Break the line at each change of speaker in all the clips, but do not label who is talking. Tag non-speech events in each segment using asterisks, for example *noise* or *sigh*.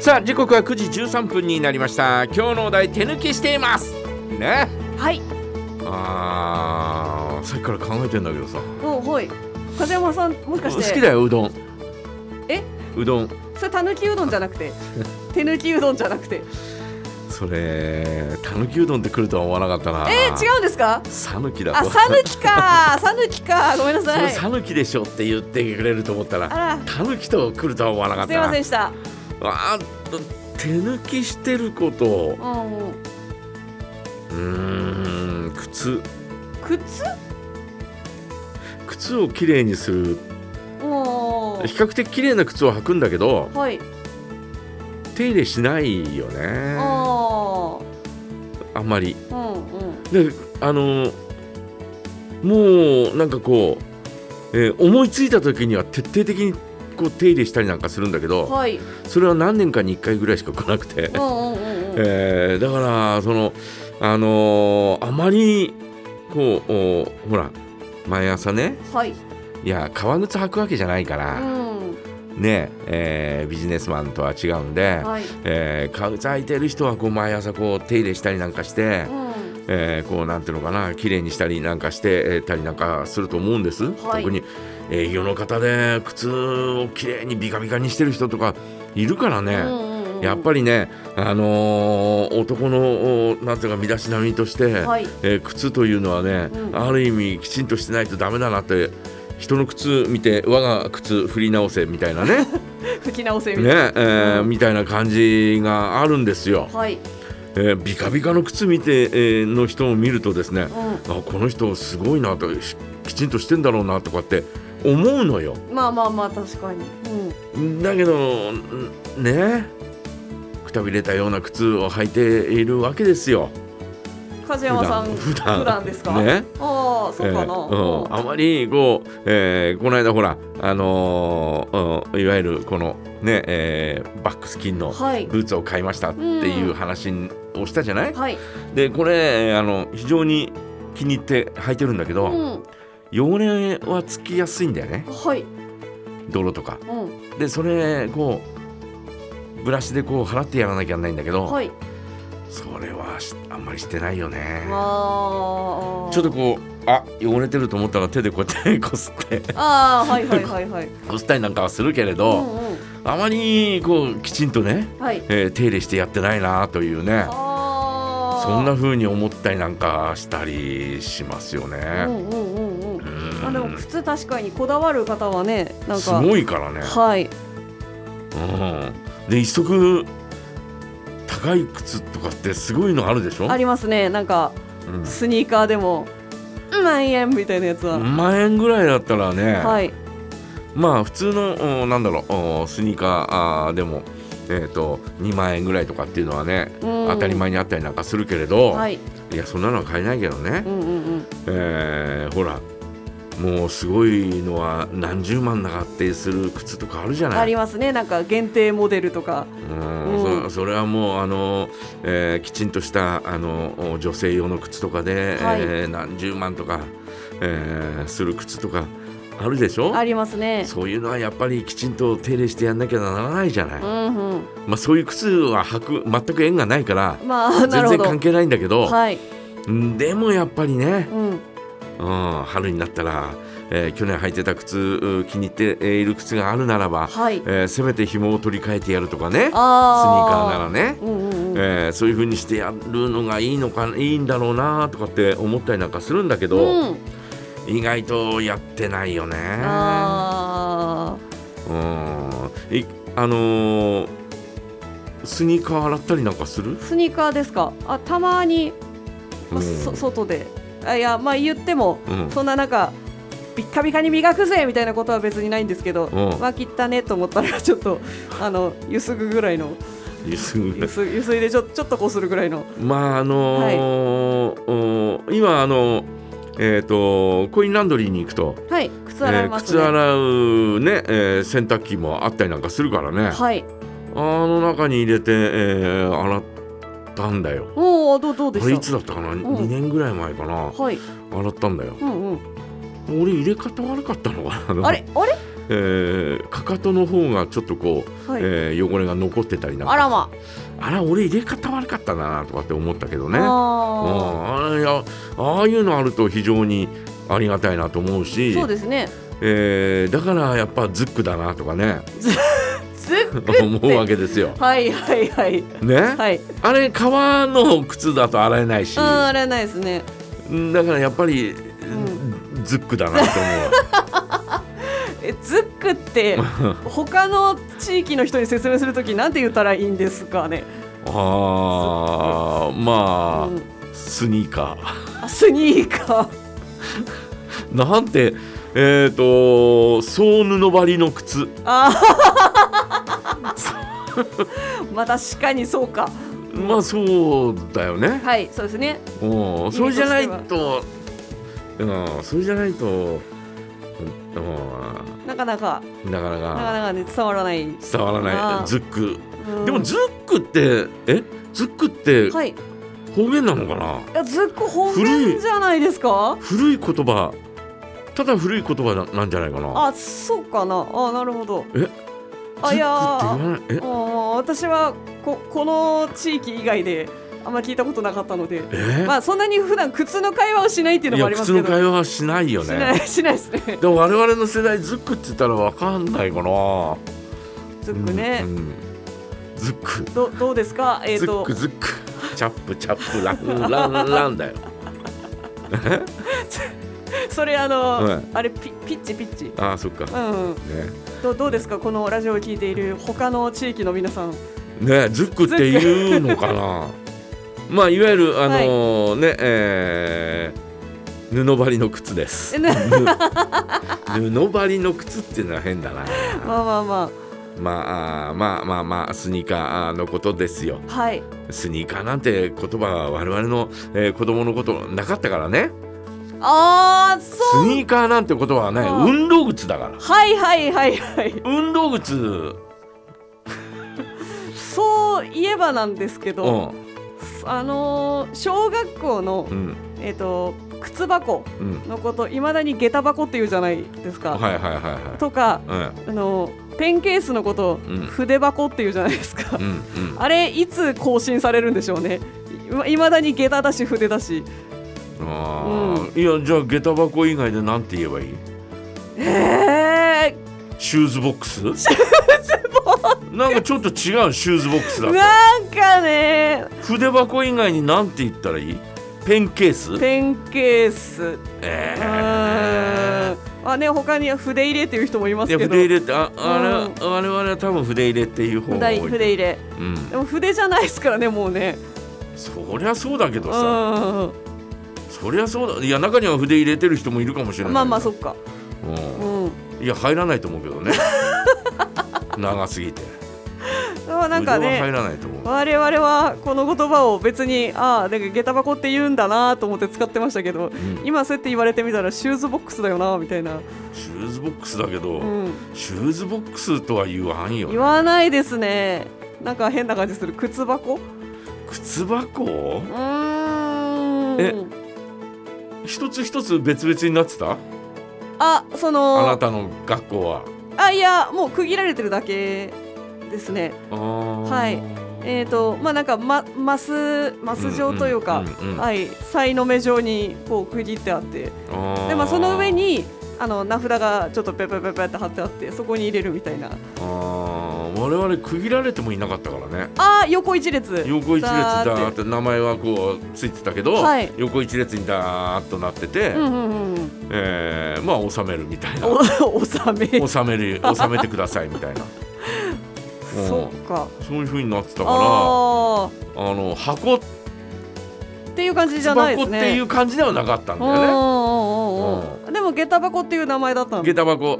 さあ時刻は9時13分になりました今日のお題手抜きしていますね
はい。
あーさっきから考えてんだけどさ
うん、はい。風山さん、もしか
好
して。
きだようどん
え
うどん
それたぬきうどんじゃなくて。
*laughs*
手抜きうどんじゃなくて。
それたぬきうどんって来るとは思わなかったな
えー、違うんですか。
さぬきだ
あ、さぬきか、さぬきか、ごめんな
そ
さ
れ
い。
さぬきでしょって言ってくれると思ったら
あ、
たぬきと来るとは思わなからっ
す
た
い
な
ませんでした。
あー手抜きしてること
うんうん、
うーん靴
靴。
靴をきれいにする
お
比較的綺麗な靴を履くんだけど
お。はい。
手入れしないよねあ
おお。
んまり
うんうん。
であのもうなんかこう、えー思いついた時には徹底的にこう手入れしたりなんかするんだけど
はい。
それは何年かに1回ぐらいしか来なくて
う、んうんうんうん。
*laughs* えーだからそのあのーあまりこうおほら毎朝ね
はい。
いや革靴履くわけじゃないか
う
ら、
ん。
ねえービジネスマンとは違うんで、
はい。
えー、革靴履いてる人はこう毎朝こう手入れしたりなんかして
う、ん。
えーこうなんていうのかな綺麗にしたりなんかしてえーたりなんかすると思うんです、
はい
特に営業の方で靴を綺麗にビカビカにしてる人とかいるから
う
ね、
んうんうん。
やっぱりね、あのー男のおなんていうか身だしなみとして、
はい。
えー靴というのはね、
うん
ある意味きちんとしてないとダメだなって人の靴見て我が靴振り直せみたいな
*laughs*
ね
吹き直せみたい
ね、えー
うん
みたいな感じがあるんですよ。
な。はい。
えービカビカの靴見て、えーの人を見るとですね
う
あこの人すごいなとしきちんとしてんだろうなとかって思うのよ
ん。まあまあまあ、確かに。うん。
だけどんねくたびれたような靴を履いているわけですよ
梶山さん。
普段
普段ですか。
ね
ああ、そうか
え
な。
ーうんあまりこう、えーこの間ほらあのーうんいわゆるこのね、えーバックスキンの
はい。
ブーツを買いましたっていう話をしたじゃない、
はい。
でこれえーあの非常に気に入って履いてるんだけ
う
ど、
ん。
汚れはつきやすいんだよね
はい。
泥とか
うん。
でそれこうブラシでこう払ってやらなきゃいけないんだけど、
はい。
それはしあんまりしてないよね
ああ。
ちょっとこうあ汚れてると思ったら手でこうやって *laughs* こすって
ああ、はいはいは
*laughs*
いはい。
こすったりなんかはするけれ
う
ど、
ん
あまりこうきちんとね、
うん。はい。
えー手入れしてやってないなというね
ああ。
そんな。風に思ったりなんかしたりしますよ
う
ね。
んうんうんうん。
うん
あでも靴確かにこだわる方はねなんか
すごいからね。
はい
うん、で一足高い靴とかってすごいのあるでしょ
ありますねなんか
うん
スニーカーでも万円みたいなやつは、
万円ぐらいだったらね、
はい
まあ普通のおなんだろうおスニーカーあーでも、えー、と2万円ぐらいとかっていうのはね当
当
たり前にあったりなんかするけれど、、
はいい
やそんなのは買えないけどね
う、んうんうん
えーほらもうすごいのは何十万なかってする靴とかあるじゃない
ありますねなんか限定モデルとか
うん
う
そ
ん
それはもうあの、えーきちんとしたあの女性用の靴とかで、
はい
えー何十万とか、えーする靴とかあるでしょ
ありますね
そういうのはやっぱりきちんと手入れしてやんなきゃならないじゃない、
う
ま
んうん
あ、そういう靴は履く全く縁がないから
まあな
全
るほ
然
ど
関係ないんだけど、
はい
うんでもやっぱりね、
うん
うん、春になったら、えー去年履いてた靴うん気に入っている靴があるならば、
はい
えーせめて紐を取り替えてやるとかねスニーカーな
あ
らね。
ーうんうんうん
えーそういう風にしてやるのがいいのかいいんだろうなとかって思ったりなんかするんだけど、
うん
意外とやってないよね。
あ
うんいあのースニーカー洗ったりなんかする
ースニーカーですかあたまに
うん
そ外であいやまあ言っても
うん
そんななんかビッカビカに磨くぜみたいなことは別にないんですけど、
うん
まあ切ったねと思ったら *laughs* ちょっとあのゆすぐぐらいの
ゆすぐ
ゆすゆすいでちょちょっとこうするぐらいの
まああのーうん今あのえっ、とコインランドリーに行くと、
はい
え
靴洗い
ー
ます
靴
ね、
洗うね、えー洗濯機もあったりなんかするからね、
はい
あの中に入れて、えー洗ったんだよ。
おおどうどうで
あれい
し
つ
た
だったかな、2年ぐらい前かな
はい
洗ったんだよ
うんうん
俺入れ方悪かったのかな
あれあれ
えーかかとの方がちょっとこう、
はい
えー汚れが残ってたりなんか
あらま、
あら俺入れ方悪かったなとかって思ったけどねうん
あ
あーいやああいうのあると非常にありがたいなと思う
ー
し
そうですね
えーだからやっぱズックだなとか
*laughs*
ね
ずっ
思うわけですよ。
はいはいはい
ね、
はい
あれ革の靴だと洗えないし
うんあれないですね
だからやっぱり、
ん
ズックだなと
えズック *laughs* って
思う
他の地域の人に説明するときなんて言ったらいいんですかね、
あーまあ、
うん
スニーカー
あスニーカー
なんてえっ、と総布張りの靴
あー *laughs* まあ確かにそうか
まあそうだよね、
はいそうですね
うん、それじゃないと、うん、それじゃないと、
なかなか
うん、なかな
なか
か
なかね伝わらない、
伝わら
あ
な
ー
いズック
うん
でもズックってえズックって
はいい
方言なのかな、
やズック本面じゃないですか
古い言葉ただ古い言葉ななんじゃないかな
あそうかなあなるほど
え
あいや
ズッ
ー
ク
*laughs*
って言わない
あー私はここの地域以外であんま聞いたことなかったので
ええ
まあそんなに普段靴の会話をしないっていうの
いや
もありま
靴
すけ
の
ど
会話はしないよ
しな
ね
いしないです *laughs* ね
でも我々の世代ズックって言ったらわかんないかな
ズックね、
うんうんズック
どどうですかえっ、
ズッ
と
クズックチャップチャップランランランだよ
それあの、
はい
あれピピッチピッチ
あーそっか
うんどどうですかこのラジオを聞いている他の地域の皆さん *laughs*
ねねズックっていうのかなまあいわゆるあのーねえー布張りの靴です
えね
ぬ布張りの靴っていうのは変だな
*laughs* まあまあま
まああーまあまあまあスニーカーのことですよ
あはい
スニーカーなんて言葉は我々の、えー子供のことなかったからね
ああ
ス
そう
ニーカーなんて言葉はね
あー
運動靴だから
はいはいはいはい
運動靴
そういえばなんですけ
う
ど、
ん
あのー小学校の
うん
えっ、と靴箱
うん
のこといまだに下駄箱っていうじゃないですか、
はいはいはいは
とか
いはい
あのペンケースのこと、
うん
筆箱っていうじゃないですか、
う
*laughs*
んうん
あれいつ更新されるんでしょうねいまだに下駄だし筆だし
あーいやじゃあ下駄箱以外でなんて言えばいい
え
シューズボックスシューズボックスなんかちょっと違うシューズボックス
ー、
だ
なんかね
と筆箱以外になんて言ったらいいペンケース
ペンケース
え
う
ー
ーんあね他には筆入れっていう人もいま
い
す
や
けど
筆入れってああ
うん
れ、我々は多分筆入れっていう方が多
筆
い、
筆入れ
うん、
でも筆じゃないですからねもうね
そりゃそうだけ
う
どさ、
ん
そりゃそうだいや中には筆入れてる人もいるかもしれない
まあまあそ
っ
っかう
うんん、いや入らないと思うけど
*laughs*
ね長すぎて
でもなんか
筆は入
ね
らないと思う
我々はこの言葉を別にああなんか下駄箱って言うんだなと思って使ってましたけど
うん
今そうやって言われてみたらシューズボックスだよなみたいな、
シューズボックスだけど、
うん、
シューズボックスとは言わんよ、
言わないですねなんか変な感じする靴箱う
靴箱
ーん
一つ一つ別々になってた
あそ
あな
の
たの学校は
あいやもう区切られてるだけですね
あー
はいえっ、とまあなんかまマスマス状というか、
うんうんうんうん
はいさいの目状にこう区切ってあって
あー
でまあその上にあの名札がちょっとペペペペって貼ってあってそこに入れるみたいな
あー我々区切られてもいなかったからね
あー横一列
*laughs* 横一列
だ
だ
ー
ーっ
っ
てて名前はこうついてたけど、
はい
横一列にだーっとなってて、
うんうんうん
えーまあ納めるみたいな
お納め
納め
*laughs*
る納めてくださいみたいなうん
そうか
そういう風になってたからあ
あ
の箱
ーっていう感じじゃないで
箱
す
っ
ね
ていう感じではなかったんだ
うん
よね
うんうんうんでも下駄箱っていう名前だったの
下駄箱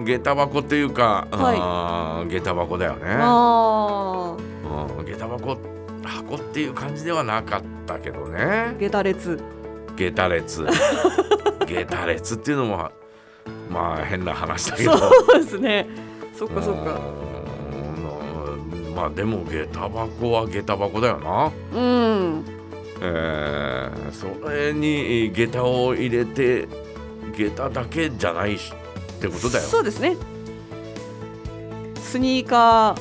下駄箱っていうか、
はい
あー下駄箱だよね
あ
うん下駄箱箱っていう感じではなかったけどね
ー下駄列
下駄
*laughs*
列下駄列っていうのもまあ変な話だけど
そうですねそっかそっか
うんまあでも下駄箱は下駄箱だよな
うん
えーそれに下駄を入れて下駄だけじゃないしってことだよ
そうですねスニー
*laughs*
カー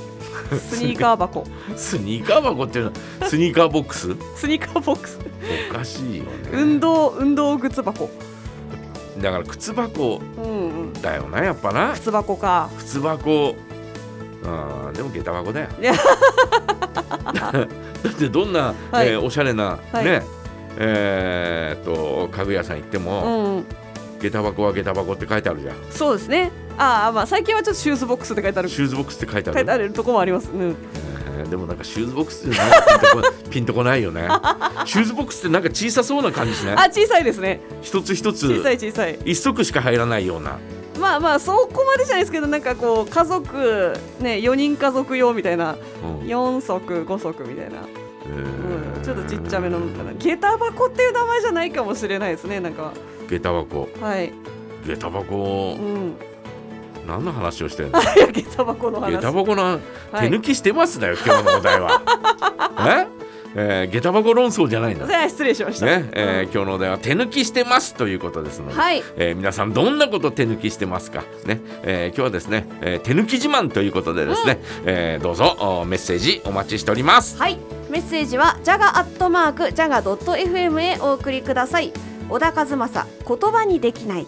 スニーカー箱
スニーカー箱っていうのはスニーカーボックス
スニーカーボックス
おかしいよね
運動運動靴箱
だから靴箱
うんうん
だよなやっぱな
靴箱か
靴箱あーでも下駄
*laughs*
箱だよ
いや
だってどんな、
はい
えーおしゃれな、
はい
ねえーっと家具屋さん行って
う
も、
んうん
下駄箱は下駄箱って書いてあるじゃん
そうですねああまあ最近はちょっとシューズボックスって書いてある
シューズボックスって書いてあ
書い
る
てあるとこもありますうん
えーでもなんかシューズボックスじゃないピンとこピンとこないよ
*laughs*
ねシューズボックスってなんか小さそうな感じしない
あ小さいですね
一つ一つ
小さい小さい
一足しか入らないような
まあまあそこまでじゃないですけどなんかこう家族ね4人家族用みたいな
うん
4足5足みたいな、
え
う
ー
ん、ちょっとちっちゃめのかな下駄箱っていう名前じゃないかもしれないですねなんか
下駄箱
はい、
下駄箱
うん、 *laughs*
何の話をしてるの
いや下駄箱の話
下駄箱の
は
手
い
抜きしてますだよ、今日のお題
*laughs*
はええー下駄箱論争じゃないんだね、
じゃあ失礼しました、
えー今日のお題は手抜きしてますということですので、
はい
えー皆さんどんなこと手抜きしてますかね、えー今日はですね、えー手抜き自慢ということでですね、えーどうぞおメッセージお待ちしております
はい、メッセージはジャガアットマークジャガドット FM へお送りください。小田和正、言葉にできない。